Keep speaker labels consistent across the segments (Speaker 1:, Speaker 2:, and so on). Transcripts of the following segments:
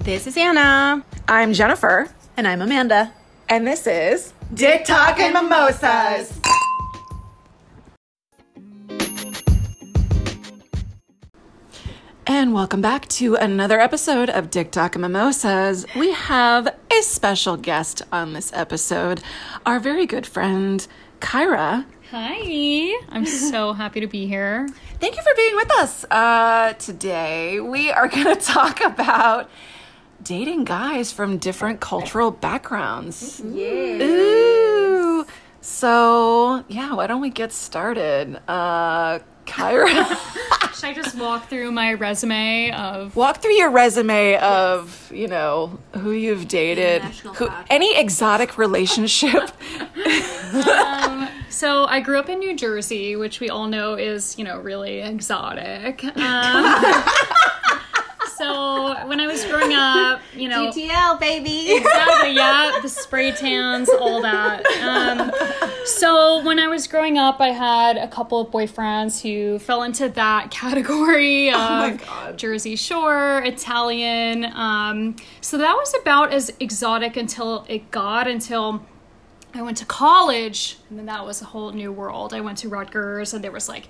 Speaker 1: This is Anna.
Speaker 2: I'm Jennifer,
Speaker 3: And I'm Amanda.
Speaker 2: and this is
Speaker 1: Dick Talk and Mimosas.
Speaker 2: And welcome back to another episode of Dick Talk and Mimosas. We have a special guest on this episode, our very good friend, Kyra.
Speaker 4: Hi. I'm so happy to be here.
Speaker 2: Thank you for being with us uh, today. We are going to talk about dating guys from different cultural backgrounds. Ooh. So, yeah, why don't we get started? Uh, Kyra.
Speaker 4: Should I just walk through my resume of
Speaker 2: walk through your resume of you know who you've dated who, any exotic relationship
Speaker 4: So I grew up in New Jersey, which we all know is, you know, really exotic. Um, so when I was growing up, you know,
Speaker 3: TL, baby.
Speaker 4: exactly, yeah, the spray tans, all that. Um, so when I was growing up, I had a couple of boyfriends who fell into that category of Jersey Shore, Italian. Um, so that was about as exotic until it got until. I went to college, and then that was a whole new world. I went to Rutgers, and there was like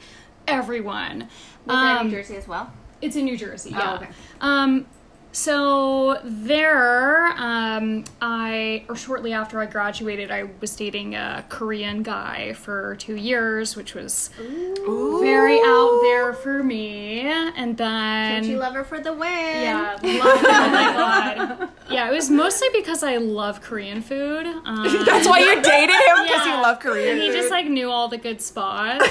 Speaker 4: everyone. Um,
Speaker 3: Jersey as well.
Speaker 4: it's in New Jersey. Yeah.
Speaker 3: Oh, okay.
Speaker 4: Um, so there, um, I or shortly after I graduated, I was dating a Korean guy for two years, which was very out there for me. And then
Speaker 3: Kimchi lover for the win.
Speaker 4: yeah, love that. oh my god. Yeah, it was mostly because I love Korean food. Um,
Speaker 2: that's why you dated him because
Speaker 4: Yeah.
Speaker 2: you love korean
Speaker 4: and he
Speaker 2: food.
Speaker 4: just like knew all the good spots.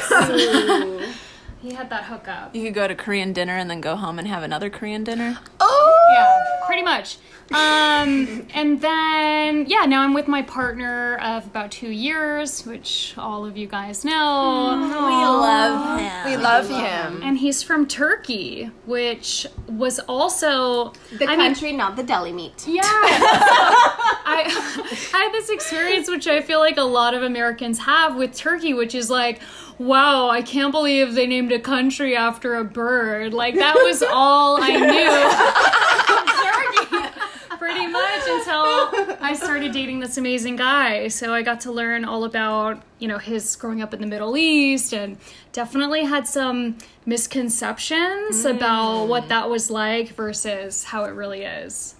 Speaker 4: he had that hookup.
Speaker 3: You could go to Korean dinner and then go home and have another Korean dinner.
Speaker 2: oh
Speaker 4: yeah, pretty much. Um, and then yeah, now I'm with my partner of about two years, which all of you guys know,
Speaker 3: We love him.
Speaker 2: we love him
Speaker 4: and he's from Turkey, which was also
Speaker 3: the
Speaker 4: I mean-
Speaker 3: country, not the deli meat.
Speaker 4: yeah. I, I had this experience, which I feel like a lot of Americans have with Turkey, which is like, wow, I can't believe they named a country after a bird. Like, that was all I knew. Turkey, pretty much until I started dating this amazing guy. So I got to learn all about, you know, his growing up in the Middle East and definitely had some misconceptions about what that was like versus how it really is.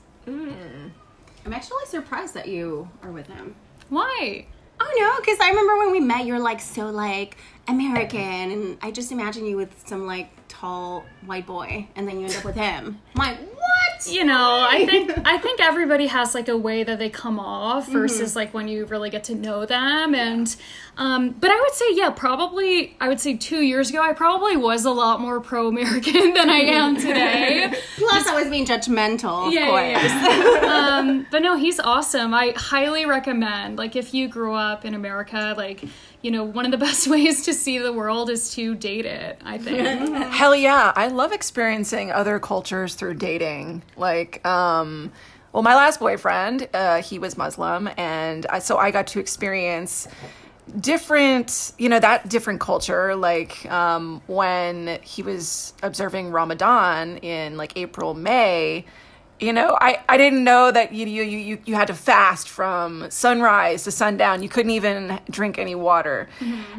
Speaker 5: I'm actually surprised that you are with him.
Speaker 4: Why?
Speaker 5: Oh no, because I remember when we met, you were like so like American, and I just imagine you with some like tall white boy, and then you end up with him. I'm like, what?
Speaker 4: You know, I think I think everybody has like a way that they come off versus like when you really get to know them and um but I would say yeah, probably I would say 2 years ago I probably was a lot more pro American than I am today.
Speaker 5: Plus, I was being judgmental, of
Speaker 4: Yeah,
Speaker 5: course.
Speaker 4: yeah, yeah. um, but no, he's awesome. I highly recommend. Like, if you grew up in America, like, you know, one of the best ways to see the world is to date it. I think.
Speaker 2: hell yeah i love experiencing other cultures through dating like um well my last boyfriend uh he was muslim and I, so i got to experience different you know that different culture like um when he was observing ramadan in like april may you know i i didn't know that you you you- you, you had to fast from sunrise to sundown you couldn't even drink any water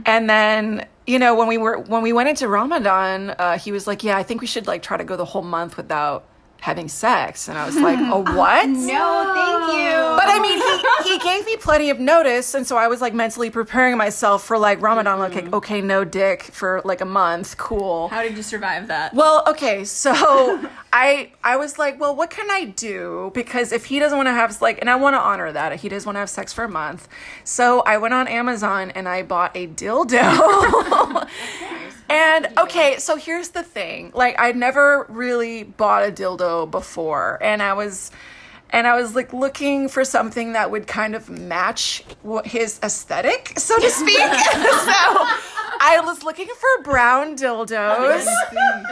Speaker 2: and then you know when we were when we went into ramadan uh he was like yeah i think we should like try to go the whole month without having sex and i was like a what
Speaker 5: No, thank you.
Speaker 2: but I mean, he, he gave me plenty of notice, and so I was like mentally preparing myself for like Ramadan, like, like okay, no dick for like a month, cool.
Speaker 3: How did you survive that?
Speaker 2: Well, okay, so I I was like, well, what can I do? Because if he doesn't want to have like, and I want to honor that if he doesn't want to have sex for a month, so I went on Amazon and I bought a dildo. and okay, so here's the thing: like, I'd never really bought a dildo before, and I was. And I was like looking for something that would kind of match what his aesthetic, so to speak. so I was looking for brown dildos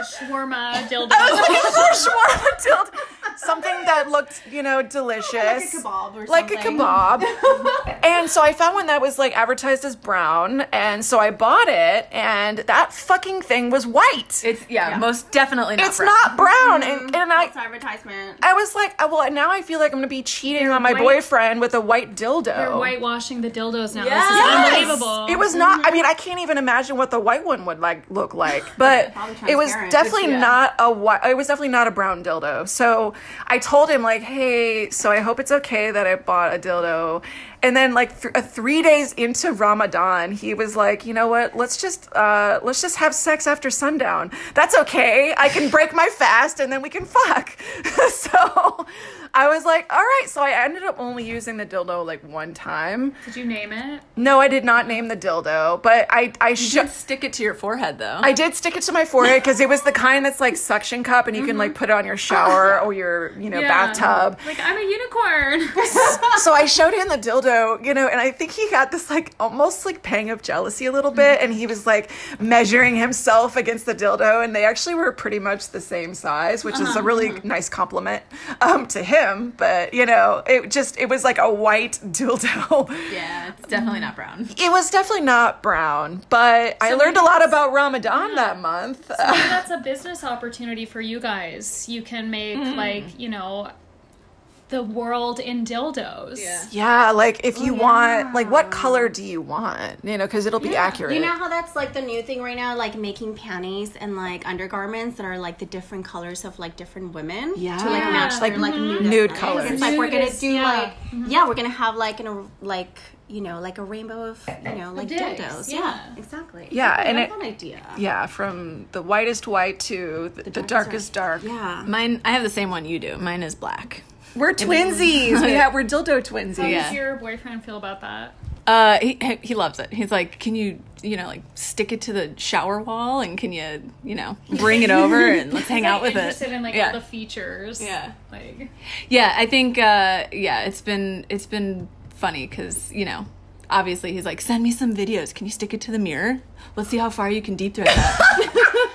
Speaker 4: Shawarma, dildo.
Speaker 2: was looking for a shawarma dildo. something that looked, you know, delicious.
Speaker 5: Like a kebab or
Speaker 2: Like a
Speaker 5: something.
Speaker 2: kebab. and so I found one that was like advertised as brown, and so I bought it, and that fucking thing was white.
Speaker 3: It's yeah, most definitely not.
Speaker 2: it's
Speaker 3: brown.
Speaker 2: not brown, and, and I
Speaker 5: It's advertisement.
Speaker 2: I was like, oh, well, now I feel like I'm gonna be cheating on my boyfriend with a white dildo.
Speaker 4: They're whitewashing the dildos now.
Speaker 3: Yes!
Speaker 4: This is unbelievable.
Speaker 2: It was not. I
Speaker 5: Mm-hmm.
Speaker 2: mean, I can't even imagine what the white one would like look like. But
Speaker 5: Probably
Speaker 2: it was
Speaker 5: transparent,
Speaker 2: definitely
Speaker 5: which, yeah.
Speaker 2: not a white. It was definitely not a brown dildo. So I told him like, hey, so I hope it's okay that I bought a dildo. And then like th- uh, three days into Ramadan, he was like, you know what? Let's just uh, let's just have sex after sundown. That's okay. I can break my fast and then we can fuck. so. I was like, all right. So I ended up only using the dildo like one time.
Speaker 4: Did you name it?
Speaker 2: No, I did not name the dildo, but I I
Speaker 3: You
Speaker 2: should.
Speaker 3: should stick it to your forehead though.
Speaker 2: I did stick it to my forehead because it was the kind that's like suction cup, and you can
Speaker 3: Mm-hmm.
Speaker 2: like put it on your shower or your you know
Speaker 4: Yeah.
Speaker 2: bathtub.
Speaker 4: Like I'm a unicorn.
Speaker 2: so I showed him the dildo, you know, and I think he got this like almost like pang of jealousy a little bit, and he was like measuring himself against the dildo, and they actually were pretty much the same size, which
Speaker 3: Uh-huh.
Speaker 2: is a really nice compliment um, to him. But you know, it just it was like a white dildo.
Speaker 3: yeah, it's definitely not brown.
Speaker 2: It was definitely not brown, but I learned a lot about Ramadan that month. Uh,
Speaker 4: Maybe that's a business opportunity for you guys. You can make like you know, the world in dildos.
Speaker 3: Yeah.
Speaker 2: yeah, like if you want, like what color do you want? You know, because it'll be accurate.
Speaker 5: Oh, You know how that's like the new thing right now, like making panties and like undergarments that are like the different colors of like different women
Speaker 2: Yeah.
Speaker 5: to like match their
Speaker 2: Like,
Speaker 5: like nude,
Speaker 2: nude
Speaker 5: aesthetics.
Speaker 2: colors.
Speaker 5: It's like we're gonna
Speaker 4: Nudist,
Speaker 5: do
Speaker 4: yeah.
Speaker 5: like Mm-hmm. yeah, Mm-hmm. we're gonna have like an a like you know like a rainbow of you know like
Speaker 4: dicks,
Speaker 5: dildos. Yeah,
Speaker 4: yeah.
Speaker 5: exactly.
Speaker 2: Yeah,
Speaker 5: I
Speaker 2: and
Speaker 5: love
Speaker 2: it-
Speaker 5: that idea.
Speaker 2: yeah, from the whitest white to the, the, darkest dark.
Speaker 5: Yeah.
Speaker 3: Mine, I have the same one you do. Mine is black.
Speaker 2: We're twinsies. we have we're dildo twinsies.
Speaker 4: How
Speaker 3: Yeah.
Speaker 4: does your boyfriend feel about that?
Speaker 3: Uh, he he- he loves it. He's like, can you you know like stick it to the shower wall and can you you know bring it over and let's hang out with
Speaker 4: interested
Speaker 3: it.
Speaker 4: in like
Speaker 3: yeah.
Speaker 4: all the features.
Speaker 3: Yeah.
Speaker 4: Like
Speaker 3: yeah, I think uh, yeah, it's been it's been funny because you know obviously he's like, send me some videos. Can you stick it to the mirror? Let's see how far you can deep throat that.
Speaker 5: Oh,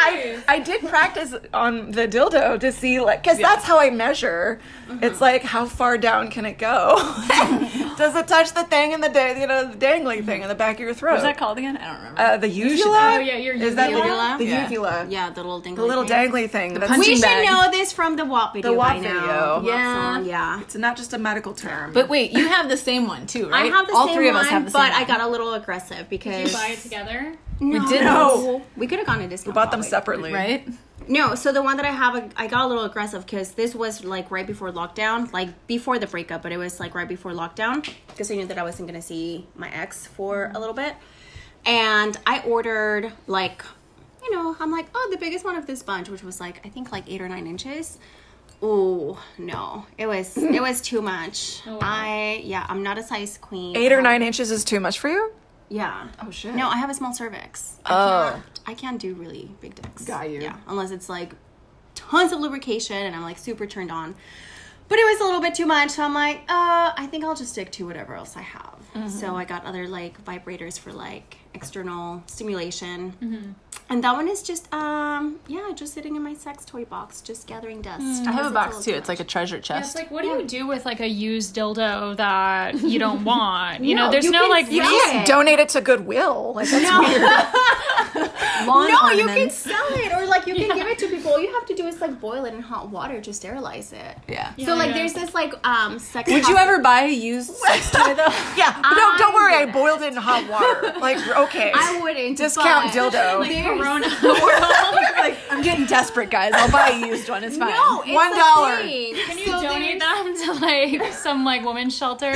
Speaker 2: I, I did practice on the dildo to see like because that's how I measure.
Speaker 5: Mm-hmm.
Speaker 2: It's like how far down can it go? Does it touch the thing in the da- you know the dangling thing in the back of your throat?
Speaker 3: What's that called again? I don't remember.
Speaker 2: Uh, the uvula.
Speaker 4: Oh, yeah, your
Speaker 2: Is that the
Speaker 5: uvula?
Speaker 2: The
Speaker 3: Yeah.
Speaker 2: uvula.
Speaker 5: Yeah, the little dangly.
Speaker 2: The little
Speaker 5: thing.
Speaker 2: dangly thing. that's-
Speaker 5: We should
Speaker 3: bag.
Speaker 5: know this from the WAP video.
Speaker 2: WAP
Speaker 5: by
Speaker 2: video.
Speaker 5: now. WAP
Speaker 3: Yeah.
Speaker 5: song, yeah.
Speaker 2: It's not just a medical term.
Speaker 3: but wait, you have the same one too,
Speaker 5: I
Speaker 3: right?
Speaker 5: have the
Speaker 3: All
Speaker 5: same
Speaker 3: three
Speaker 5: one,
Speaker 3: of us have the same.
Speaker 5: but I
Speaker 3: one.
Speaker 5: got a little aggressive because
Speaker 4: you buy it together.
Speaker 5: No.
Speaker 3: did
Speaker 2: No.
Speaker 5: We could have gone to discount.
Speaker 2: bought them
Speaker 5: probably.
Speaker 2: separately.
Speaker 3: right.
Speaker 5: No, so the one that I have, I- I got a little aggressive because this was like right before lockdown, like before the breakup, but it was like right before lockdown because I knew that I wasn't gonna see my ex for a little bit, and I ordered like, you know, I'm like, oh, the biggest one of this bunch, which was like I think like eight or nine inches. Oh no, it was it was too much.
Speaker 4: wow.
Speaker 5: I yeah, I'm not a size queen.
Speaker 2: Eight or
Speaker 5: Um,
Speaker 2: nine inches is too much for you?
Speaker 5: Yeah. Oh
Speaker 2: shit. Oh.
Speaker 5: No, I have a small cervix. I can't, I can't do really big dicks.
Speaker 2: Got you.
Speaker 5: Yeah, unless it's like tons of lubrication and I'm like super turned on. But it was a little bit too much, so I'm like, uh, I think I'll just stick to whatever else I have.
Speaker 2: Mm-hmm.
Speaker 5: So I got other like vibrators for like external stimulation.
Speaker 2: Mm-hmm.
Speaker 5: And that one is just um yeah, just sitting in my sex toy box, just gathering dust.
Speaker 2: Mm.
Speaker 3: I have a box too. It's like a treasure
Speaker 4: It's
Speaker 3: chest.
Speaker 4: like what do you do with like a used dildo that you don't want? You know, there's
Speaker 5: you
Speaker 4: no
Speaker 5: can
Speaker 4: like
Speaker 5: see
Speaker 2: You
Speaker 5: No.
Speaker 2: can't donate it to Goodwill. Like that's
Speaker 3: Lawn
Speaker 5: No, you can
Speaker 3: ornaments.
Speaker 5: sell it or like you can give it to people. All you have to do is like boil it in hot water to sterilize it.
Speaker 3: Yeah.
Speaker 5: So like
Speaker 4: yeah.
Speaker 5: there's this like um sex
Speaker 3: Would you ever buy a used sex toy though? Um,
Speaker 2: yeah. No, don't worry. I boiled it in hot water. Like okay.
Speaker 5: I wouldn't
Speaker 2: Discount
Speaker 5: but-
Speaker 2: dildo.
Speaker 5: Like,
Speaker 4: Corona.
Speaker 2: like
Speaker 3: I'm getting desperate, guys. I'll buy a used one. It's fine.
Speaker 5: No, it's
Speaker 2: One
Speaker 5: a
Speaker 2: dollar.
Speaker 5: thing.
Speaker 4: Can you
Speaker 5: So
Speaker 4: donate
Speaker 5: there's-
Speaker 4: them to like some like women's shelter?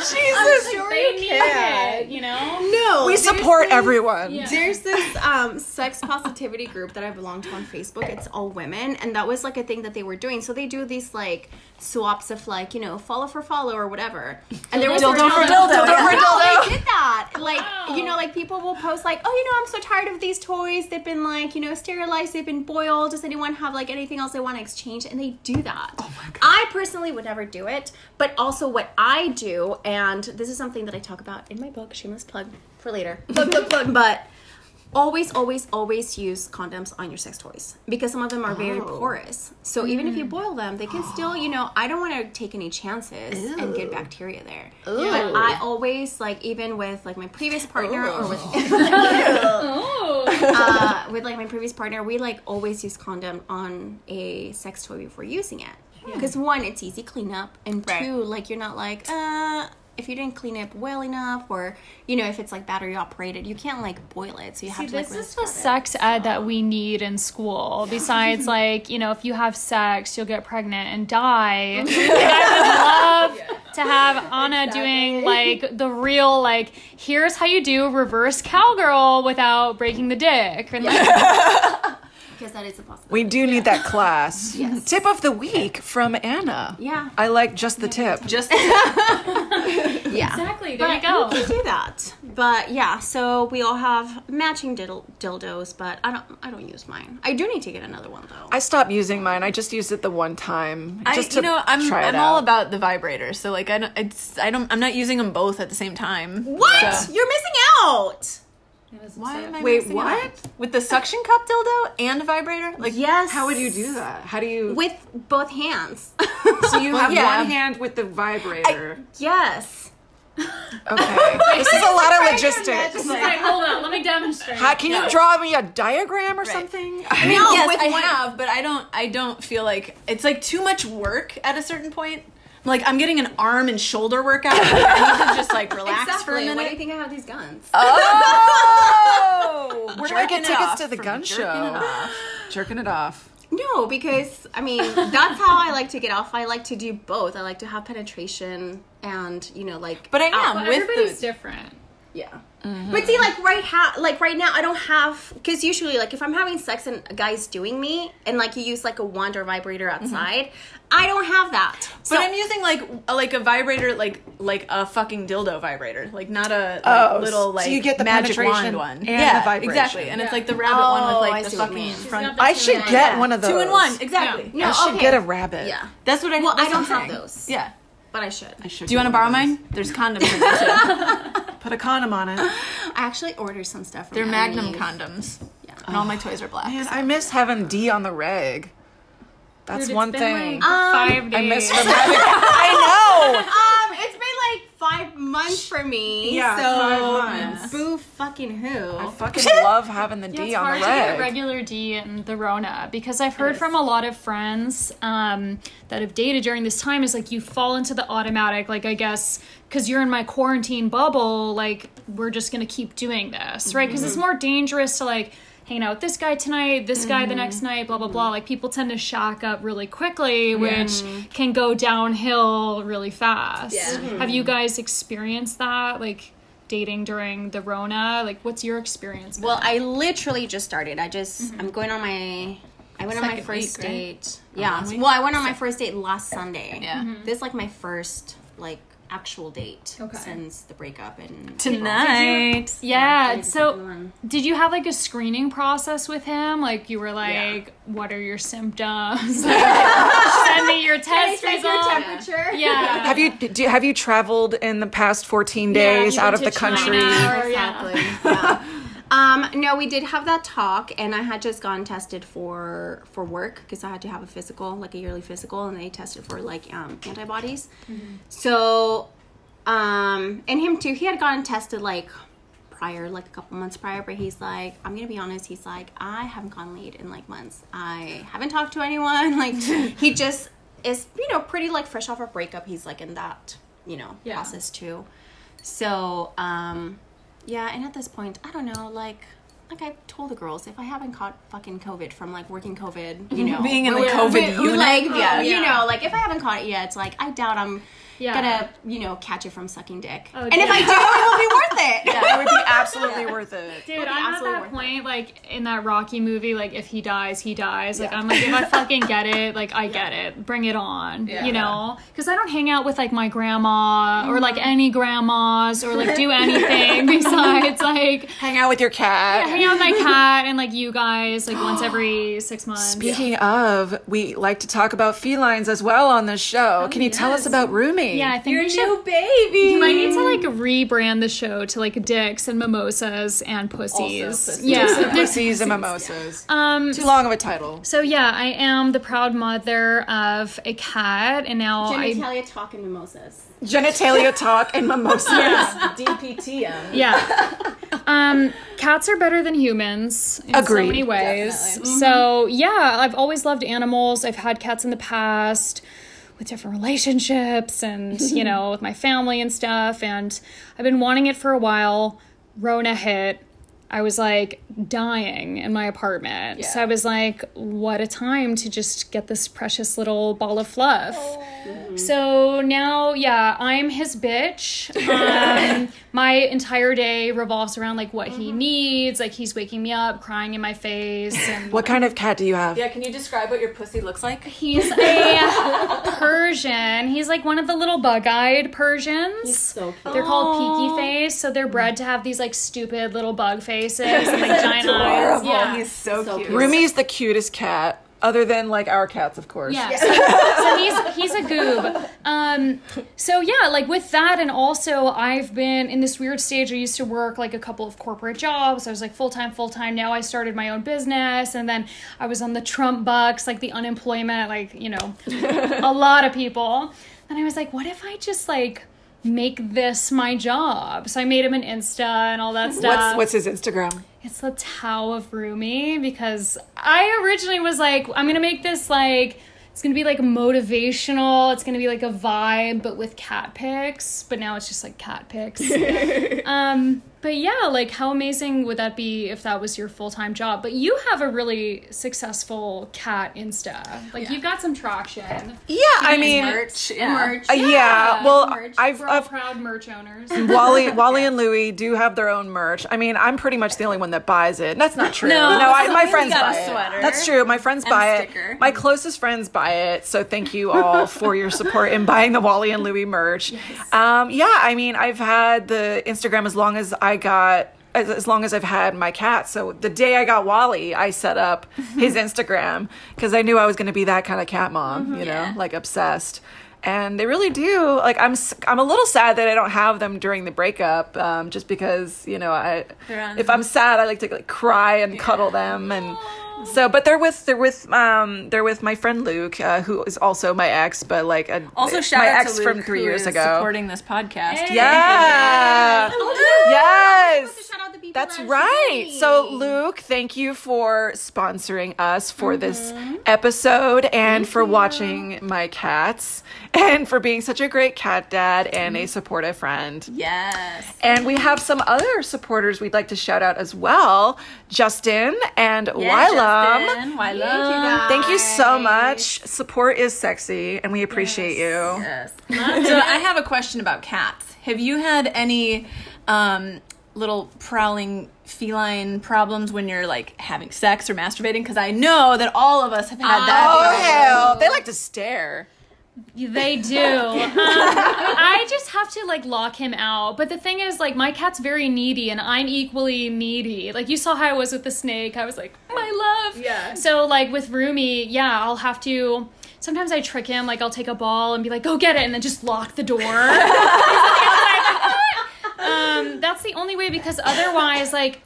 Speaker 2: Jesus.
Speaker 4: they need it, you know?
Speaker 5: No,
Speaker 2: We
Speaker 5: there's
Speaker 2: support
Speaker 5: this-
Speaker 2: everyone.
Speaker 4: Yeah.
Speaker 5: There's this um, sex positivity group that I belong to on Facebook. It's all women, and that was like a thing that they were doing. So they do these like swaps of like you know follow for follow or whatever. And there was
Speaker 3: Dildo for dildo.
Speaker 5: No,
Speaker 2: Dildo for dildo.
Speaker 5: they did that. Like
Speaker 4: Wow.
Speaker 5: you know, like people will post like, oh, you know, I'm so tired of these toys. They've been like you know sterilized. They've been boiled. Does anyone have like anything else they want to exchange? And they do that. Oh my god. I personally would never do it, but also what I do, and this is something that I talk about in my book. Shameless plug for later. Plug plug plug. But always, always, always use condoms on your sex toys because some of them are very porous. So even if you boil them, they can still, you know, I don't want to take any chances and get bacteria there. But I always like even with like my previous partner or with uh, with like my previous partner, we like always use condom on a sex toy before using it. Because one, it's easy cleanup, and two, like you're not like uh. If you didn't clean it well enough, or you know, if it's like battery operated, you can't like boil it, so you have
Speaker 4: See,
Speaker 5: to. Like,
Speaker 4: this
Speaker 5: rinse
Speaker 4: is the
Speaker 5: with it.
Speaker 4: sex ed that we need in school. Besides, like, you know, if you have sex, you'll get pregnant and die. Like, I would love to have Anna doing, like, the real, like, here's how you do reverse cowgirl without breaking the dick. And, like,
Speaker 5: because that is a possibility.
Speaker 2: We do need that class. Tip of the week from Anna.
Speaker 5: Yeah.
Speaker 2: I like just the tip.
Speaker 3: Just
Speaker 4: exactly, there you
Speaker 5: But
Speaker 4: go.
Speaker 5: We can do that, but yeah. So we all have matching diddle- dildos, but I don't. I don't use mine. I do need to get another one though.
Speaker 2: I stopped using mine. I just used it the one time.
Speaker 3: I,
Speaker 2: Just to
Speaker 3: you know, I'm
Speaker 2: try it
Speaker 3: I'm all
Speaker 2: out.
Speaker 3: about the vibrators. So like I don't it's I don't I'm not using them both at the same time.
Speaker 5: what?
Speaker 3: So-
Speaker 5: You're missing out.
Speaker 3: Why am I
Speaker 2: Wait,
Speaker 3: missing
Speaker 2: what?
Speaker 3: out? With the suction cup dildo and vibrator? Like
Speaker 5: Yes.
Speaker 2: How would you do that? How do you?
Speaker 5: with both hands?
Speaker 2: so you have
Speaker 3: yeah.
Speaker 2: one hand with the vibrator.
Speaker 5: yes.
Speaker 2: okay, this is a lot of logistics.
Speaker 4: Okay, hold on, let me demonstrate.
Speaker 2: Hi, can you draw me a diagram or something? I mean,
Speaker 3: No,
Speaker 5: Yes,
Speaker 3: with
Speaker 5: I
Speaker 3: one have, but I don't. I don't feel like it's like too much work at a certain point. I'm like I'm getting an arm and shoulder workout. Like, I need to just like relax for a minute.
Speaker 5: think I have these guns?
Speaker 2: Uh,
Speaker 3: Oh, we're
Speaker 2: Try to get
Speaker 3: jerking it
Speaker 2: tickets
Speaker 3: off
Speaker 2: to the
Speaker 3: from
Speaker 2: gun
Speaker 3: jerking it
Speaker 2: show.
Speaker 3: off.
Speaker 2: jerking it off.
Speaker 5: no, because I mean that's how I like to get off. I like to do both. I like to have penetration and you know like.
Speaker 3: But I
Speaker 5: out.
Speaker 3: am
Speaker 4: Well,
Speaker 3: with
Speaker 4: Everybody's
Speaker 3: the.
Speaker 4: different.
Speaker 5: Yeah. But see, like right ha- like right now, I don't have because usually, like if I'm having sex and a guy's doing me, and like you use like a wand or vibrator outside, I don't have that.
Speaker 3: But I'm using like a- like a vibrator, like like a fucking dildo vibrator, like not a like,
Speaker 2: Oh, so
Speaker 3: little like
Speaker 2: you get the
Speaker 3: magic wand
Speaker 2: penetration
Speaker 3: one.
Speaker 2: and the
Speaker 3: yeah,
Speaker 2: vibration.
Speaker 3: exactly. And it's like the rabbit one
Speaker 5: Oh,
Speaker 3: with
Speaker 5: I
Speaker 3: like
Speaker 5: see
Speaker 3: the
Speaker 5: what you
Speaker 3: fucking
Speaker 5: mean.
Speaker 3: front.
Speaker 2: I should get one of those.
Speaker 3: Two in one, exactly.
Speaker 5: no,
Speaker 2: I should
Speaker 5: okay.
Speaker 2: get a rabbit.
Speaker 5: Yeah,
Speaker 3: That's what I.
Speaker 5: Well,
Speaker 3: that's
Speaker 5: I
Speaker 3: what
Speaker 5: don't
Speaker 3: I'm
Speaker 5: have
Speaker 3: saying.
Speaker 5: those.
Speaker 3: Yeah.
Speaker 5: but I should. I,
Speaker 3: Do you want to borrow mine? There's condoms in there too.
Speaker 2: Put a condom on it.
Speaker 3: Uh,
Speaker 5: actually ordered some stuff. From
Speaker 3: They're Magnum
Speaker 5: Eve.
Speaker 3: condoms. And all my toys are black.
Speaker 2: Man, I miss having D on the reg. That's
Speaker 4: Dude, it's
Speaker 2: one
Speaker 4: been,
Speaker 2: thing.
Speaker 4: like, five days.
Speaker 2: I miss from having. I know.
Speaker 5: Um, it's been like five months for me.
Speaker 2: Yeah,
Speaker 5: so
Speaker 2: five months.
Speaker 5: boo fucking who?
Speaker 2: I fucking love having the D
Speaker 4: it's
Speaker 2: on
Speaker 4: hard
Speaker 2: the
Speaker 4: to get
Speaker 2: reg.
Speaker 4: a regular D in the Rona because I've heard from a lot of friends um, that have dated during this time is like you fall into the automatic, like I guess because you're in my quarantine bubble, like we're just gonna keep doing this, right? Because
Speaker 2: Mm-hmm.
Speaker 4: it's more dangerous to like hanging out with this guy tonight, this guy the
Speaker 2: Mm-hmm.
Speaker 4: next night, blah blah blah. Like people tend to shock up really quickly, which can go downhill really fast.
Speaker 2: Mm-hmm.
Speaker 4: Have you guys experienced that? Like dating during the Rona? Like what's your experience? been?
Speaker 5: Well, I literally just started. I just I'm going on my I went on my
Speaker 3: Mm-hmm. Second
Speaker 5: first
Speaker 3: week, right?
Speaker 5: date. Yeah. Well, I went on my first date last Sunday.
Speaker 3: Yeah. Mm-hmm.
Speaker 5: This is like my first like actual date since the breakup and
Speaker 3: Tonight.
Speaker 4: Yeah.
Speaker 5: second
Speaker 4: So,
Speaker 5: one.
Speaker 4: did you have like a screening process with him? Like, you were like, "What are your symptoms? Send me your test results."
Speaker 5: temperature.
Speaker 4: Yeah.
Speaker 2: Have you do, you- have you traveled in the past 14
Speaker 4: Yeah,
Speaker 2: days
Speaker 4: you've
Speaker 2: out
Speaker 4: been
Speaker 2: of
Speaker 4: to
Speaker 2: the
Speaker 4: China
Speaker 2: country?
Speaker 4: or- yeah.
Speaker 5: Exactly. yeah. Um, no, we did have that talk, and I had just gotten tested for for work because I had to have a physical, like a yearly physical, and they tested for like um, antibodies. So, um, and him too. He had gotten tested like prior, like a couple months prior, but he's like, I'm gonna be honest. He's like, I haven't gone late in like months. I haven't talked to anyone. Like, he just is, you know, pretty like fresh off a breakup. He's like in that, you know,
Speaker 4: Yeah.
Speaker 5: process too. So, um, yeah, and at this point, I don't know, like, like I told the girls, if I haven't caught fucking COVID from like working COVID, you know,
Speaker 3: Being in the
Speaker 5: we're-
Speaker 3: COVID
Speaker 5: we're-
Speaker 3: unit.
Speaker 5: like, yeah, you
Speaker 4: Oh, yeah.
Speaker 5: know, like if I haven't caught it yet, it's like I doubt I'm
Speaker 4: Yeah.
Speaker 5: gonna, you know, catch it from sucking dick.
Speaker 4: Oh,
Speaker 5: and
Speaker 4: dear.
Speaker 5: if I do, it will be worth it.
Speaker 2: It would be absolutely worth it.
Speaker 4: Dude, I'm at
Speaker 5: absolutely
Speaker 4: that
Speaker 5: worth
Speaker 4: point, like in that Rocky movie, like if he dies, he dies. Like I'm like, if I fucking get it, like I get it. Bring it on. You know? Because I don't hang out with like my grandma or like any grandmas or like do anything besides like
Speaker 2: Hang out with your cat.
Speaker 4: hang out with my cat and like you guys like once every six months.
Speaker 2: Speaking of, we like to talk about felines as well on this show. Can you tell us about Rumi? baby.
Speaker 4: Oh, Yeah, I think we should.
Speaker 5: baby.
Speaker 4: You might need to like rebrand the show to like dicks and mimosas and pussies.
Speaker 5: pussies.
Speaker 2: Dicks and
Speaker 4: Yeah.
Speaker 2: pussies and mimosas.
Speaker 4: um.
Speaker 2: Too long of a title.
Speaker 4: So yeah, I am the proud mother of a cat, and now I
Speaker 5: Genitalia talking mimosas.
Speaker 2: Genitalia talk and mimosas.
Speaker 5: DPTM.
Speaker 4: yeah. um, cats are better than humans in so
Speaker 2: Agreed.
Speaker 4: many ways. So yeah, I've always loved animals. I've had cats in the past with different relationships, and you know, with my family and stuff. And I've been wanting it for a while. Rona hit. I was like dying in my apartment. So I was like, what a time to just get this precious little ball of fluff. So now, yeah, I'm his bitch. Um, my entire day revolves around like what he needs. Like he's waking me up, crying in my face, and
Speaker 2: What kind of cat do you have?
Speaker 3: Yeah, can you describe what your pussy looks like?
Speaker 4: he's a Persian. He's like one of the little bug-eyed Persians.
Speaker 5: So cute.
Speaker 4: They're called peaky face, so they're bred to have these like stupid little bug faces and like giant eyes. Yeah.
Speaker 2: He's so,
Speaker 5: So
Speaker 2: cute.
Speaker 5: cute.
Speaker 2: Rumi's the cutest cat, other than like our cats, of course.
Speaker 4: Yeah. So, so he's he's a goob. Um, so yeah, like with that, and also I've been in this weird stage. I used to work like a couple of corporate jobs. I was like full time, full time. Now I started my own business, and then I was on the Trump bucks, like the unemployment, like you know, a lot of people. And I was like, what if I just like make this my job? So I made him an Insta and all that stuff.
Speaker 2: What's what's his Instagram?
Speaker 4: It's the Tao of Rumi because I originally was like, I'm gonna make this like it's gonna be like motivational. It's gonna be like a vibe, but with cat pics. But now it's just like cat pics. um, but yeah, like how amazing would that be if that was your full time job? But you have a really successful cat Insta. Like you've got some traction.
Speaker 2: Yeah, I mean,
Speaker 3: Merch. Yeah.
Speaker 5: Merch.
Speaker 2: uh, yeah. Well,
Speaker 5: merch.
Speaker 2: I've,
Speaker 4: We're all
Speaker 2: I've
Speaker 4: proud merch owners.
Speaker 2: Wally, Wally and Louie do have their own merch. I mean, I'm pretty much the only one that buys it. That's not true.
Speaker 3: No,
Speaker 2: I, my
Speaker 3: Louis
Speaker 2: friends
Speaker 3: got a
Speaker 2: buy it.
Speaker 3: sweater
Speaker 2: That's true. My friends buy
Speaker 3: a
Speaker 2: it.
Speaker 3: sticker.
Speaker 2: My closest friends buy it. So thank you all for your support in buying the Wally and Louie merch. Um, yeah, I mean, I've had the Instagram as long as I got. As, as long as I've had my cat. So the day I got Wally, I set up his Instagram because I knew I was going to be that kind of cat mom,
Speaker 3: Mm-hmm.
Speaker 2: you know, like obsessed and they really do like i'm s- i'm a little sad that i don't have them during the breakup um just because you know i
Speaker 3: on-
Speaker 2: if i'm sad i like to like cry and cuddle them and so but they're with they're with um they're with my friend luke uh, who is also my ex but like a,
Speaker 3: Also, shout
Speaker 2: my
Speaker 3: out
Speaker 2: ex
Speaker 3: to Luke,
Speaker 2: from three
Speaker 3: who
Speaker 2: years
Speaker 3: is
Speaker 2: ago
Speaker 3: supporting this podcast.
Speaker 2: yeah yes
Speaker 5: Shout out the people
Speaker 2: that's
Speaker 5: that are
Speaker 2: right.
Speaker 5: listening.
Speaker 2: So, Luke, thank you for sponsoring us for this episode and for watching my cats and for being such a great cat dad and a supportive friend.
Speaker 3: Yes.
Speaker 2: And we have some other supporters we'd like to shout out as well Justin and Wylam.
Speaker 3: Justin, Wylam.
Speaker 2: Thank you so much. Support is sexy and we appreciate you.
Speaker 3: Yes. so I have a question about cats. Have you had any um, little prowling feline problems when you're like having sex or masturbating? Because I know that all of us have had that.
Speaker 2: Oh,
Speaker 3: problem.
Speaker 2: hell. They like to stare.
Speaker 4: They do. Um, I just have to like lock him out. But the thing is, like, my cat's very needy, and I'm equally needy. Like you saw how I was with the snake. I was like, my love. Yeah. So like with Rumi, yeah, I'll have to. Sometimes I trick him. Like I'll take a ball and be like, go get it, and then just lock the door. He's like, "Outside." um, that's the only way because otherwise, like.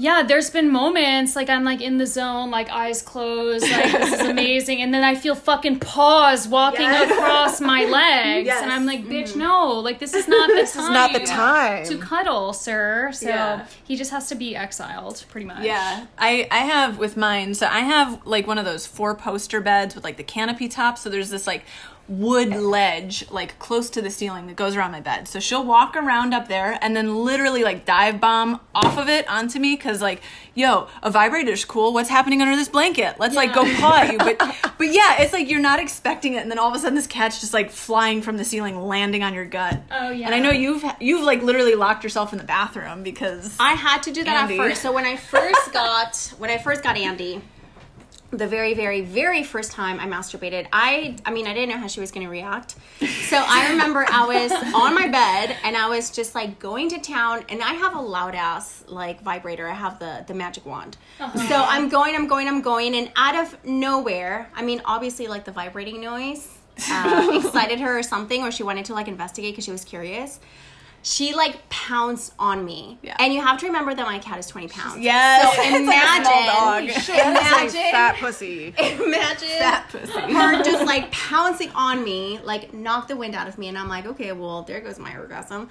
Speaker 4: Yeah, there's been moments like I'm like in the zone, like eyes closed, like this is amazing, and then I feel fucking paws walking across my legs, and I'm like, bitch, no, like this is not the time. this
Speaker 2: It's not the time.
Speaker 4: to cuddle, sir. So
Speaker 3: Yeah.
Speaker 4: he just has to be exiled, pretty much.
Speaker 3: Yeah, I I have with mine. So I have like one of those four poster beds with like the canopy top. So there's this like wood ledge like close to the ceiling that goes around my bed. So she'll walk around up there and then literally like dive bomb off of it onto me cuz like, yo, a vibrator's cool. What's happening under this blanket? Let's like go paw at you. But but yeah, it's like you're not expecting it and then all of a sudden this cat's just like flying from the ceiling landing on your gut.
Speaker 4: Oh, yeah.
Speaker 3: And I know you've you've like literally locked yourself in the bathroom because
Speaker 5: I had to do that at
Speaker 3: Andy.
Speaker 5: first. So when I first got when I first got Andy, the very very very first time I masturbated, I I mean I didn't know how she was going to react. So I remember I was on my bed and I was just like going to town and I have a loud ass like vibrator. I have the the magic wand. So I'm going I'm going I'm going and out of nowhere, I mean obviously like the vibrating noise uh, excited her or something, or she wanted to like investigate because she was curious. She like pounced on me,
Speaker 3: Yeah.
Speaker 5: and you have to remember that my cat is twenty pounds.
Speaker 3: Yes.
Speaker 5: so imagine,
Speaker 2: That is a
Speaker 5: imagine,
Speaker 2: fat pussy.
Speaker 5: imagine her just like pouncing on me, like knocked the wind out of me, and I'm like, okay, well, there goes my orgasm.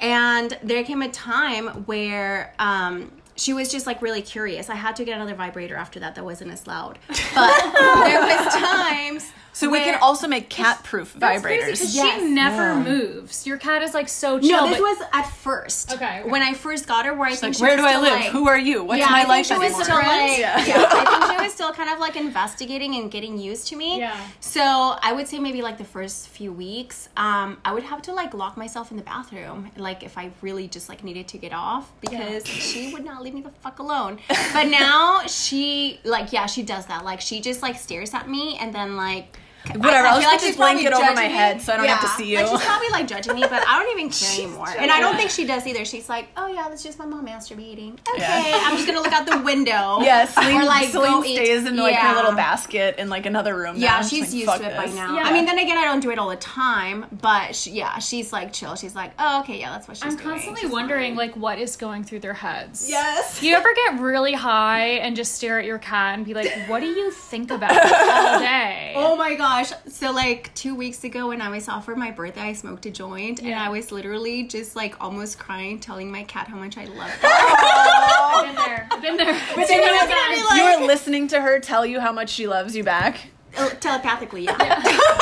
Speaker 5: And there came a time where um, she was just like really curious. I had to get another vibrator after that that wasn't as loud, but there was times.
Speaker 3: So we can
Speaker 5: where-
Speaker 3: also make cat-proof
Speaker 4: That's crazy
Speaker 3: vibrators.
Speaker 4: because
Speaker 5: Yes.
Speaker 4: she never moves. Your cat is like so chill.
Speaker 5: No, this
Speaker 4: but-
Speaker 5: was at first.
Speaker 4: Okay, okay.
Speaker 5: When I first got her, where I think
Speaker 3: Like,
Speaker 5: she
Speaker 3: where
Speaker 5: was
Speaker 3: do I
Speaker 5: still,
Speaker 3: live?
Speaker 5: like-
Speaker 3: Who are you? What's
Speaker 5: yeah,
Speaker 3: my
Speaker 5: I think
Speaker 3: life
Speaker 5: she was
Speaker 3: anymore?
Speaker 5: still like, yeah. I think she was still kind of like investigating and getting used to me.
Speaker 4: Yeah.
Speaker 5: So I would say maybe like the first few weeks, um, I would have to like lock myself in the bathroom, like if I really just like needed to get off because she would not leave me the fuck alone. But now she like yeah she does that like she just like stares at me and then like.
Speaker 3: Whatever, I'll just put this
Speaker 5: she's probably
Speaker 3: blanket over my
Speaker 5: judging me.
Speaker 3: head so I don't have to see you.
Speaker 5: Like she's probably like judging me, but I don't even care anymore. And I don't think she does either. She's like, oh yeah, that's just my mom masturbating. Okay, I'm just gonna look out the window.
Speaker 3: Yeah, Celine,
Speaker 5: or like
Speaker 3: Celine
Speaker 5: go eat-
Speaker 3: stays in like
Speaker 5: yeah.
Speaker 3: her little basket in like another room.
Speaker 5: Yeah,
Speaker 3: now.
Speaker 5: she's
Speaker 3: like,
Speaker 5: used
Speaker 3: "Fuck
Speaker 5: to it by
Speaker 3: this."
Speaker 5: now.
Speaker 4: Yeah.
Speaker 5: I mean, then again, I don't do it all the time, but she, yeah, she's like chill. She's like, oh, okay, yeah, that's what she's
Speaker 4: I'm
Speaker 5: doing.
Speaker 4: constantly
Speaker 5: She's
Speaker 4: wondering
Speaker 5: fine.
Speaker 4: like what is going through their heads.
Speaker 3: Yes.
Speaker 4: Do you ever get really high and just stare at your cat and be like, what do you think about all day?
Speaker 5: Oh my gosh. So like two weeks ago when I was off for my birthday, I smoked a joint and
Speaker 4: Yeah.
Speaker 5: I was literally just like almost crying, telling my cat how much I love her.
Speaker 4: I've been there. I've been there. But
Speaker 5: then I was gonna be
Speaker 3: You were listening to her tell you how much she loves you back.
Speaker 5: Oh, telepathically, yeah.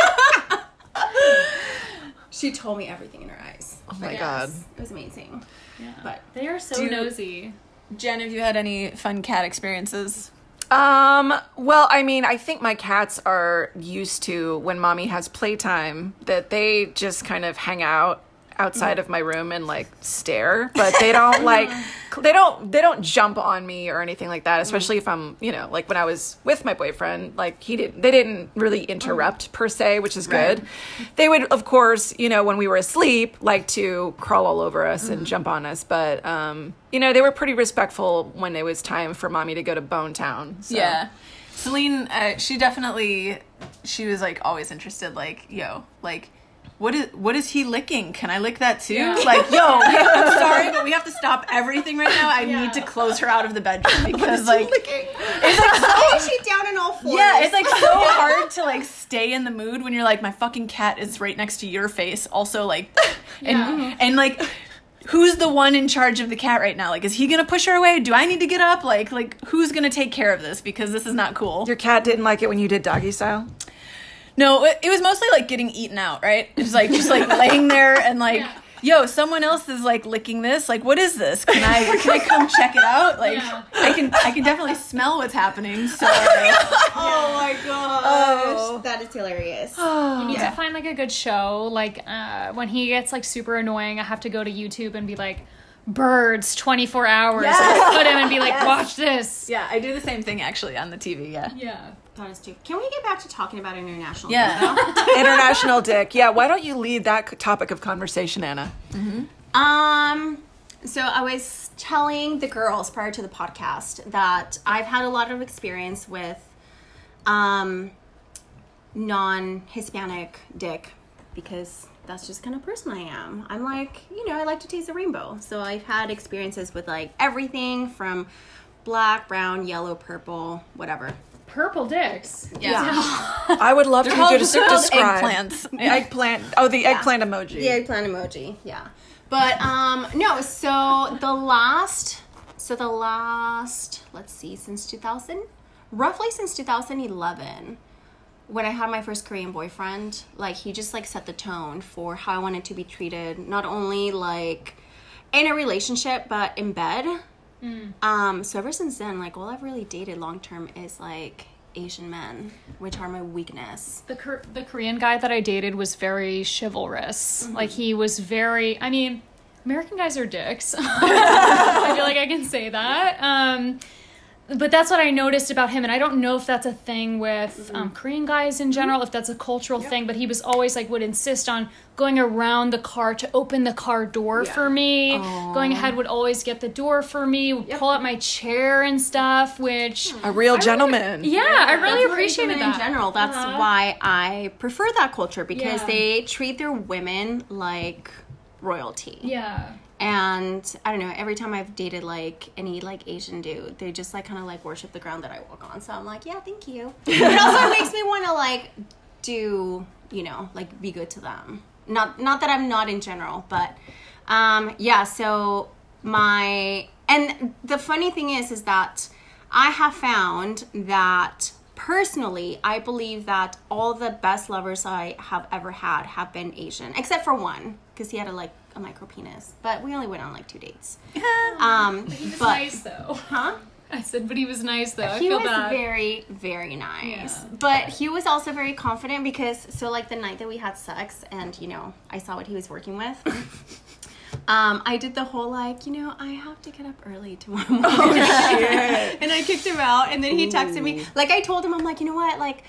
Speaker 5: she told me everything in her eyes.
Speaker 2: Oh my god.
Speaker 5: It was amazing. But
Speaker 4: they are so
Speaker 3: you-
Speaker 4: nosy.
Speaker 3: Jen, have you had any fun cat experiences?
Speaker 2: Um, well, I mean, I think my cats are used to when mommy has playtime that they just kind of hang out outside of my room and like stare, but they don't like cl- they don't they don't jump on me or anything like that, especially if I'm, you know, like when I was with my boyfriend, like he didn't they didn't really interrupt per se, which is good. They would of course, you know, when we were asleep, like to crawl all over us and jump on us, but um you know, they were pretty respectful when it was time for mommy to go to Bone Town. So.
Speaker 3: Yeah. Celine, uh, she definitely, she was like always interested. Like, yo, like, what is what is he licking? Can I lick that too? Like, yo, I'm sorry, but we have to stop everything right now. I need to close her out of the bedroom because like,
Speaker 5: it's like she down in all fours.
Speaker 3: yeah, it's like so hard to like stay in the mood when you're like, my fucking cat is right next to your face. Also, like, and and like. Who's the one in charge of the cat right now? Like, is he gonna push her away? Do I need to get up? Like, like who's gonna take care of this? Because this is not cool.
Speaker 2: Your cat didn't like it when you did doggy style.
Speaker 3: No, it, it was mostly like getting eaten out, right? It was like just like laying there and like, yo, someone else is like licking this. Like, what is this? Can I can I come check it out? Like,
Speaker 4: Yeah.
Speaker 3: I can I can definitely smell what's happening. So
Speaker 5: Oh my gosh.
Speaker 2: Oh.
Speaker 5: That is hilarious.
Speaker 4: You need to find like a good show. Like uh, when he gets like super annoying, I have to go to YouTube and be like, birds 24 hours. And put him and be like, watch this.
Speaker 3: yeah, I do the same thing actually on the TV. Yeah,
Speaker 4: Yeah.
Speaker 5: That is too. Can we get back to talking about international?
Speaker 3: yeah.
Speaker 2: International dick. Yeah, why don't you lead that c- topic of conversation, Anna?
Speaker 5: Um, so I was telling the girls prior to the podcast that I've had a lot of experience with um, non Hispanic dick because that's just the kind of person I am. I'm like, you know, I like to taste the rainbow. So I've had experiences with like everything from black, brown, yellow, purple, whatever.
Speaker 4: Purple dicks.
Speaker 2: I would love to
Speaker 3: called-
Speaker 2: do to
Speaker 3: they're called
Speaker 2: describe
Speaker 3: eggplants.
Speaker 2: Eggplant. Oh, the eggplant emoji.
Speaker 5: The eggplant emoji, yeah. But um no, so the last so the last let's see, since 2000, roughly since 2011 when I had my first Korean boyfriend, like he just like set the tone for how I wanted to be treated, not only like in a relationship but in bed. Um so ever since then, like all I've really dated long term is like Asian men, which are my weakness.
Speaker 4: The, Kor- the Korean guy that I dated was very chivalrous.
Speaker 5: Mm-hmm.
Speaker 4: Like he was very. I mean, American guys are dicks. I feel like I can say that. Um, but that's what I noticed about him, and I don't know if that's a thing with
Speaker 5: Mm-hmm.
Speaker 4: um, Korean guys in general, if that's a cultural thing. But he was always like would insist on going around the car to open the car door for me. Going ahead would always get the door for me, would pull out my chair and stuff. Which
Speaker 5: Hmm.
Speaker 2: A real gentleman.
Speaker 4: yeah, I really
Speaker 5: That's what they do
Speaker 4: appreciated
Speaker 5: in
Speaker 4: that. Uh-huh.
Speaker 5: general. That's why I prefer that culture because
Speaker 4: Yeah.
Speaker 5: they treat their women like royalty.
Speaker 4: Yeah,
Speaker 5: And I don't know, every time I've dated like any like Asian dude, they just like kind of like worship the ground that I walk on. So I'm like, yeah, thank you. it also makes me want to like do, you know, like be good to them. Not not that I'm not in general, but um yeah, so my and the funny thing is is that I have found that personally, I believe that all the best lovers I have ever had have been Asian, except for one, because he had a like a micro penis. But we only went on like two dates. um,
Speaker 4: It's
Speaker 5: but
Speaker 4: nice though.
Speaker 5: huh?
Speaker 4: I said, but he was nice though. I
Speaker 5: He
Speaker 4: feel
Speaker 5: was
Speaker 4: bad.
Speaker 5: very, very nice.
Speaker 4: Yeah.
Speaker 5: But he was also very confident because, so like the night that we had sex and, you know, I saw what he was working with. Um, I did the whole like, you know, I have to get up early tomorrow morning.
Speaker 4: Oh,
Speaker 5: and I kicked him out and then he texted me. Like I told him, I'm like, you know what, like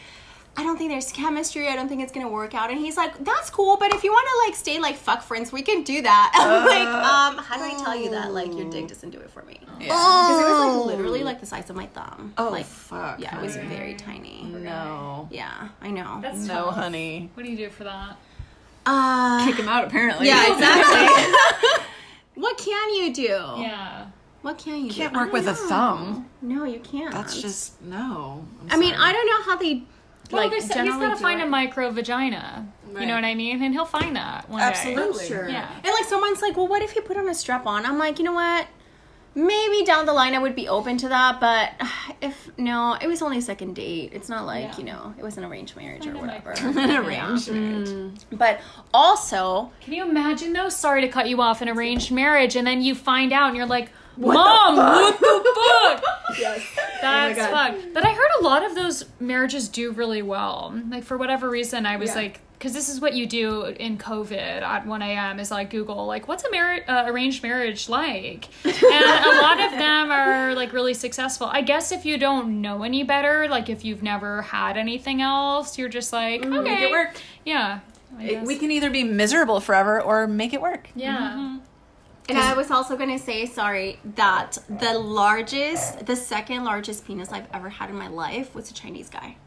Speaker 5: I don't think there's chemistry. I don't think it's gonna work out. And he's like, "That's cool, but if you want to like stay like fuck friends, we can do that." I'm like,
Speaker 4: Uh,
Speaker 5: um, how do I tell you that? Like, your
Speaker 4: oh.
Speaker 5: dick doesn't do it for me. Yeah, because it was like literally like the size of my thumb.
Speaker 2: Oh,
Speaker 5: like,
Speaker 2: fuck,
Speaker 5: Yeah, it was very tiny.
Speaker 2: No.
Speaker 5: Yeah, I know.
Speaker 4: That's
Speaker 2: No,
Speaker 4: tough.
Speaker 2: Oh, honey.
Speaker 4: What do you do for that?
Speaker 5: uh,
Speaker 3: Kick him out, apparently.
Speaker 5: yeah, exactly. what can you do?
Speaker 4: Yeah.
Speaker 5: What can you
Speaker 2: Can't
Speaker 5: do?
Speaker 2: work with a thumb.
Speaker 5: No, you can't.
Speaker 2: That's just no. I'm
Speaker 5: I mean,
Speaker 2: sorry.
Speaker 5: I don't know how they.
Speaker 4: Well,
Speaker 5: like,
Speaker 4: there's- he's
Speaker 5: generally
Speaker 4: got to
Speaker 5: do
Speaker 4: find
Speaker 5: it.
Speaker 4: a micro vagina. You know what I mean? And he'll find that one day.
Speaker 2: Absolutely.
Speaker 5: Sure.
Speaker 4: Yeah.
Speaker 5: And like someone's like, well, what if you put on a strap on? I'm like, you know what? Maybe down the line I would be open to that, but if no, it was only a second date. It's not like
Speaker 4: Yeah.
Speaker 5: you know, it was an arranged marriage or
Speaker 4: Kinda like-
Speaker 5: whatever. an arranged marriage. But also,
Speaker 4: Can you imagine though? Sorry to cut you off. An arranged marriage, and then you find out, and you're like, "Mom, what the fuck?"
Speaker 3: Oh
Speaker 4: yes, that's fucked. But I heard a lot of those marriages do really well. Like for whatever reason, I was like, because this is what you do in COVID at 1 a.m. is like Google, like, what's a mar- uh, arranged marriage like? And a lot of them are like really successful. I guess if you don't know any better, like if you've never had anything else, you're just like, okay,
Speaker 3: Mm, Make it work.
Speaker 4: Yeah. I guess.
Speaker 3: It- we Mm-hmm. can either be miserable forever or make it work.
Speaker 4: yeah.
Speaker 5: and I was also gonna say sorry that the largest, the second largest penis I've ever had in my life was a Chinese guy.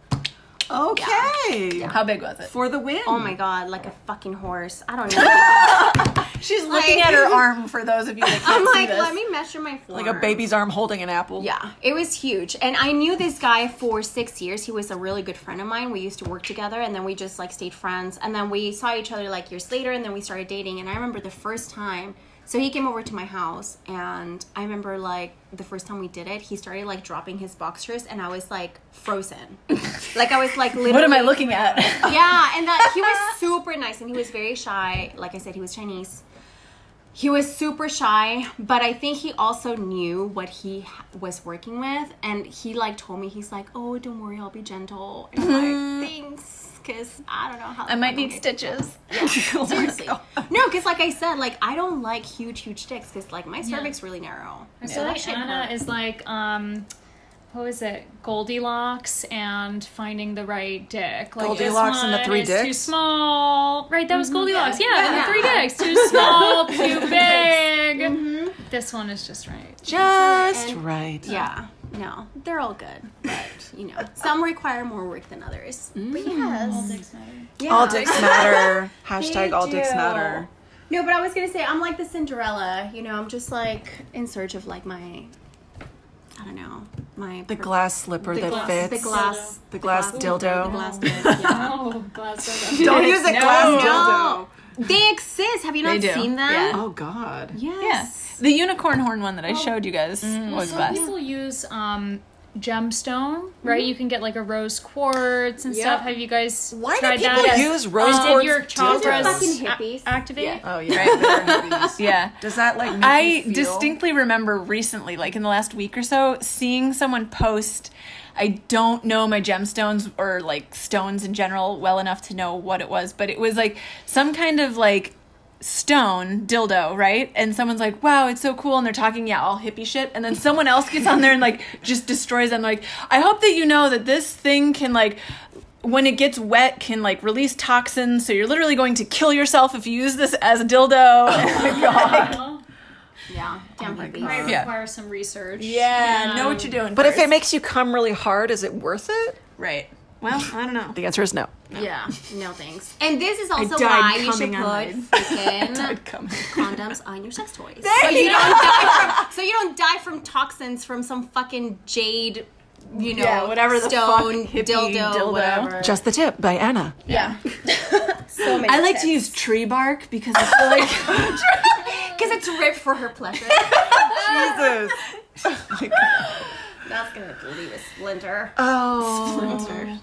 Speaker 1: Okay.
Speaker 3: How big was it?
Speaker 1: For the win.
Speaker 5: Oh my god, like a fucking horse. I don't know.
Speaker 3: She's looking at her arm for those of you that can't
Speaker 5: I'm
Speaker 3: see
Speaker 5: like,
Speaker 3: this.
Speaker 5: let me measure my forearm.
Speaker 2: Like a baby's arm holding an apple.
Speaker 5: Yeah, it was huge. And I knew this guy for six years. He was a really good friend of mine. We used to work together and then we just like stayed friends. And then we saw each other like years later and then we started dating. And I remember the first time. So he came over to my house and I remember like the first time we did it, he started like dropping his boxers and I was like frozen. like I was like literally
Speaker 3: What am I looking at?
Speaker 5: yeah, and that he was super nice and he was very shy. Like I said, he was Chinese. He was super shy, but I think he also knew what he ha- was working with, and he like told me he's like, "Oh, don't worry, I'll be gentle." And I'm like, "Thanks," because I don't know how.
Speaker 3: I might need stitches.
Speaker 5: Seriously, no, because like I said, like I don't like huge, huge dicks because like my cervix really narrow.
Speaker 4: So
Speaker 5: that
Speaker 4: like
Speaker 5: shit
Speaker 4: Anna
Speaker 5: hurt.
Speaker 4: is like, um, what was it? Goldilocks and finding the right dick. Like this
Speaker 2: Goldilocks and the
Speaker 4: one
Speaker 2: three
Speaker 4: is Too
Speaker 2: dicks?
Speaker 4: small, right? That was Goldilocks. Yeah, and
Speaker 5: Mm-hmm. Yeah. Mm-hmm.
Speaker 4: the three dicks. Too small, too big. This one is just right.
Speaker 2: Just right.
Speaker 5: Yeah, no, they're all good, but you know, some require more work than others. But yes, all dicks matter. Yeah.
Speaker 2: All dicks matter. Hashtag
Speaker 5: They
Speaker 2: all dicks
Speaker 5: do.
Speaker 2: matter.
Speaker 5: No, but I was gonna say I'm like the Cinderella. You know, I'm just like in search of like my, I don't know, my
Speaker 2: The glass slipper that
Speaker 5: glass,
Speaker 2: fits.
Speaker 5: the glass,
Speaker 2: The glass dildo.
Speaker 5: the glass. bit, yeah.
Speaker 4: Oh, glass.
Speaker 2: Don't use a glass dildo.
Speaker 5: They exist. Have you
Speaker 3: They
Speaker 5: not
Speaker 3: do,
Speaker 5: seen them?
Speaker 3: yeah.
Speaker 2: Oh God.
Speaker 5: Yes.
Speaker 3: The unicorn horn one that I showed you guys was
Speaker 4: Some
Speaker 3: glass.
Speaker 4: people use um, gemstone,
Speaker 5: Mm-hmm.
Speaker 4: right? You can get like a rose quartz and stuff. Have you guys
Speaker 2: Why do
Speaker 4: tried
Speaker 2: people
Speaker 4: that? Um,
Speaker 2: use rose
Speaker 4: Did
Speaker 2: quartz
Speaker 4: your chakras
Speaker 5: Fucking
Speaker 4: a-
Speaker 5: hippies.
Speaker 4: activate?
Speaker 5: Yeah.
Speaker 2: Oh yeah.
Speaker 3: Yeah.
Speaker 2: Does that like make you
Speaker 3: I
Speaker 2: feel-
Speaker 3: distinctly remember recently, like in the last week or so, seeing someone post, I don't know my gemstones or like stones in general well enough to know what it was, but it was like some kind of like stone dildo, right? And someone's like, wow, it's so cool. And they're talking, yeah, all hippie shit. And then someone else gets on there and like just destroys them. Like, I hope that you know that this thing can like, when it gets wet, can like release toxins. So you're literally going to kill yourself if you use this as a dildo.
Speaker 4: Well,
Speaker 5: Yeah. Damn
Speaker 4: might
Speaker 5: hippie.
Speaker 3: Yeah.
Speaker 4: require some research. Um,
Speaker 3: yeah, know what you're doing.
Speaker 2: But if
Speaker 3: first.
Speaker 2: it makes you come really hard, is it worth it?
Speaker 3: right. Well, I don't know.
Speaker 2: The answer is no.
Speaker 5: Yeah. No thanks. And this is also
Speaker 3: died
Speaker 5: why you should
Speaker 3: coming on
Speaker 5: put freaking
Speaker 3: Come.
Speaker 5: condoms on your sex toys. so you don't die from so you don't die from toxins from some fucking jade, you know,
Speaker 3: Yeah, whatever the fuck,
Speaker 5: stone
Speaker 3: hippie
Speaker 5: dildo,
Speaker 3: dildo.
Speaker 5: whatever.
Speaker 2: Just the tip by Anna.
Speaker 3: Yeah.
Speaker 5: so many
Speaker 3: I like to use tree bark because I feel like
Speaker 5: because it's ripped for her pleasure.
Speaker 2: Jesus.
Speaker 5: That's gonna leave a splinter.
Speaker 2: Oh.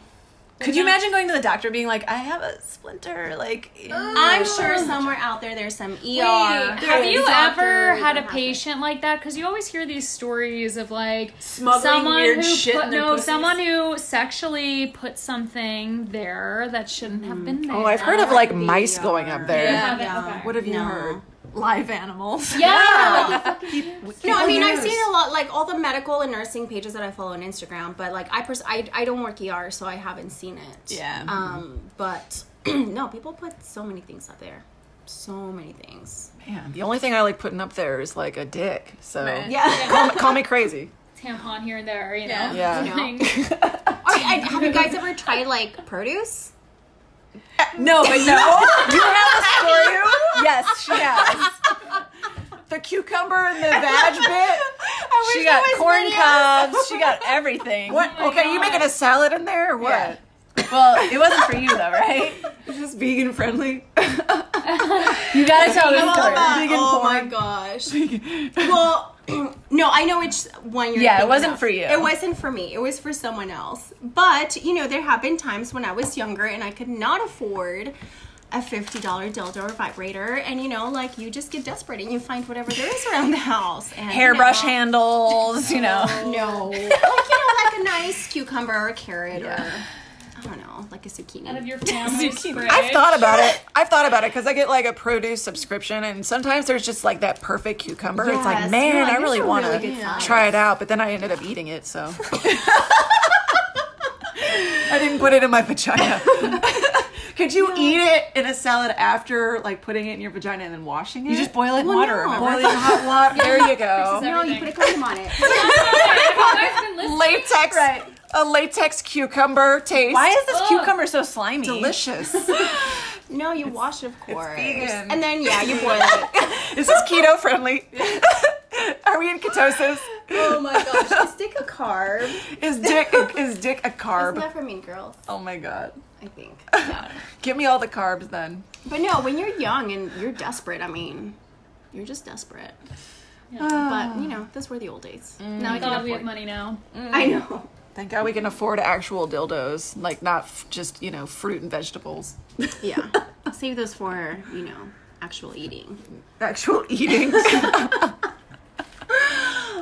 Speaker 3: Could you imagine going to the doctor being like, I have a splinter? Like,
Speaker 5: I'm sure
Speaker 3: Oh.
Speaker 5: somewhere out there there's some ER.
Speaker 4: Have you
Speaker 5: doctor
Speaker 4: ever
Speaker 5: who
Speaker 4: had a
Speaker 5: has it.
Speaker 4: patient like that? Because you always hear these stories of like
Speaker 3: Smuggling
Speaker 4: someone
Speaker 3: weird
Speaker 4: who
Speaker 3: shit
Speaker 4: put,
Speaker 3: in their
Speaker 4: no,
Speaker 3: pussies.
Speaker 4: someone who sexually put something there that shouldn't have been there.
Speaker 2: Oh, I've heard of like mice going up there.
Speaker 3: Yeah.
Speaker 4: Have it- okay.
Speaker 2: What have you heard?
Speaker 3: live animals.
Speaker 4: Yeah.
Speaker 5: No, I mean I've seen a lot, like all the medical and nursing pages that I follow on Instagram. But like I, pers- I, I don't work ER, so I haven't seen it.
Speaker 3: Yeah.
Speaker 5: Um, but no, people put so many things up there, so many things.
Speaker 2: Man, the only thing I like putting up there is like a dick. So
Speaker 3: Right.
Speaker 5: Yeah.
Speaker 2: call, me, call me crazy.
Speaker 4: Tampon here and there, you know.
Speaker 3: Yeah.
Speaker 2: Yeah.
Speaker 4: Like,
Speaker 5: I, have you guys ever tried like produce?
Speaker 3: No, but no. you have a story. yes, she has.
Speaker 2: The cucumber and the vag bit. she
Speaker 5: wish
Speaker 2: got
Speaker 5: there was
Speaker 2: corn
Speaker 5: videos.
Speaker 2: cobs. She got
Speaker 3: Everything.
Speaker 2: what? okay, you making a salad in there or what?
Speaker 3: Yeah. Well, it wasn't for you though, right?
Speaker 2: Is this vegan friendly?
Speaker 3: You gotta tell this story.
Speaker 2: Vegan
Speaker 5: oh
Speaker 2: porn.
Speaker 5: my gosh. well, no, I know which one you're.
Speaker 3: Yeah, it
Speaker 5: thinking
Speaker 3: wasn't
Speaker 5: of.
Speaker 3: for you.
Speaker 5: It wasn't for me. It was for someone else. But you know, there have been times when I was younger and I could not afford a fifty dollar dildo or vibrator, and you know, like you just get desperate and you find whatever there is around the house. And,
Speaker 3: Hairbrush
Speaker 5: you know,
Speaker 3: handles, you know.
Speaker 5: No, like you know, like a nice cucumber or carrot or I don't know, like a zucchini.
Speaker 4: out of your family's fridge.
Speaker 2: I've thought about it. I've thought about it because I get like a produce subscription, and sometimes there's just like that perfect cucumber. it's like,
Speaker 5: Yes.
Speaker 2: man,
Speaker 5: You're like,
Speaker 2: I
Speaker 5: "This
Speaker 2: really
Speaker 5: is a
Speaker 2: want to
Speaker 5: really good size."
Speaker 2: try it out, but then I ended up eating it, so I didn't put it in my vagina. Could you eat it in a salad after like putting it in your vagina and then washing it? You just boil it in
Speaker 5: Well,
Speaker 2: water.
Speaker 5: no.
Speaker 2: remember? Boil it in hot water. There you go.
Speaker 5: no, you put a condom on it.
Speaker 4: I've been listening.
Speaker 2: Latex.
Speaker 3: Right.
Speaker 2: A latex cucumber taste.
Speaker 3: Why is this
Speaker 4: Ugh.
Speaker 3: cucumber so slimy?
Speaker 2: delicious?
Speaker 5: no, you wash it, of course,
Speaker 2: vegan.
Speaker 5: and then yeah, you boil it.
Speaker 2: Is this keto friendly? Are we in ketosis?
Speaker 5: Oh my gosh, is dick a carb?
Speaker 2: Is dick is dick a carb?
Speaker 5: It's not for mean girls,
Speaker 2: oh my god.
Speaker 5: I think.
Speaker 2: Give me all the carbs then.
Speaker 5: But no, when you're young and you're desperate, I mean, you're just desperate. But you know, those were the old days. Now I can
Speaker 4: God,
Speaker 5: afford.
Speaker 4: we have money now.
Speaker 5: I know.
Speaker 2: Thank God we can afford actual dildos, like not f- just you know fruit and vegetables.
Speaker 5: Yeah, save those for you know actual eating.
Speaker 2: Actual eating.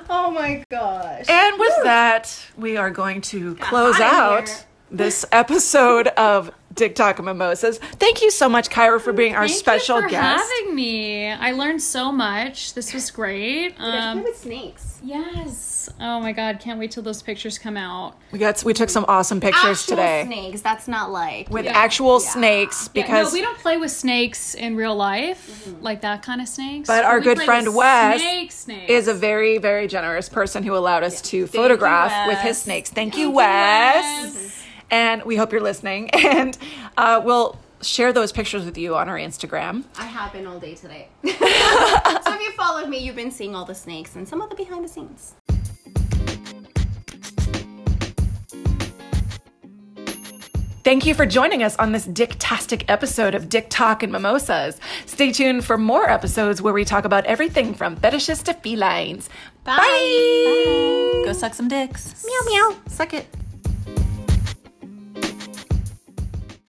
Speaker 5: Oh my gosh.
Speaker 2: and with that, we are going to close
Speaker 5: outta
Speaker 2: out
Speaker 5: here.
Speaker 2: this episode of Dick Talk and Mimosas. Thank you so much, Kyra, for being our
Speaker 4: Thank
Speaker 2: special
Speaker 4: you for
Speaker 2: guest.
Speaker 4: having me. I learned so much. This was great.
Speaker 5: Um,
Speaker 4: Um,
Speaker 5: with snakes.
Speaker 4: yes. Oh my God! Can't wait till those pictures come out.
Speaker 2: we got we took some awesome pictures
Speaker 5: Actual
Speaker 2: today
Speaker 5: snakes. That's not like
Speaker 2: with
Speaker 4: Yeah.
Speaker 2: actual snakes
Speaker 4: Yeah,
Speaker 2: because
Speaker 4: no, we don't play with snakes in real life, like that kind of snakes.
Speaker 2: But our
Speaker 4: we
Speaker 2: good
Speaker 4: play
Speaker 2: friend
Speaker 4: with
Speaker 2: Wes
Speaker 4: snake, snake.
Speaker 2: is a very, very generous person who allowed us to photograph
Speaker 3: you,
Speaker 2: with his
Speaker 3: Wes.
Speaker 2: snakes. Thank, you, Wes. And we hope you're listening. And uh, we'll share those pictures with you on our Instagram.
Speaker 5: I have been all day today. so if you followed me, you've been seeing all the snakes and some of the behind the scenes.
Speaker 2: Thank you for joining us on this dicktastic episode of Dick Talk and Mimosas. Stay tuned for more episodes where we talk about everything from fetishes to felines. Bye.
Speaker 3: Go suck some dicks.
Speaker 2: Meow meow. Suck it.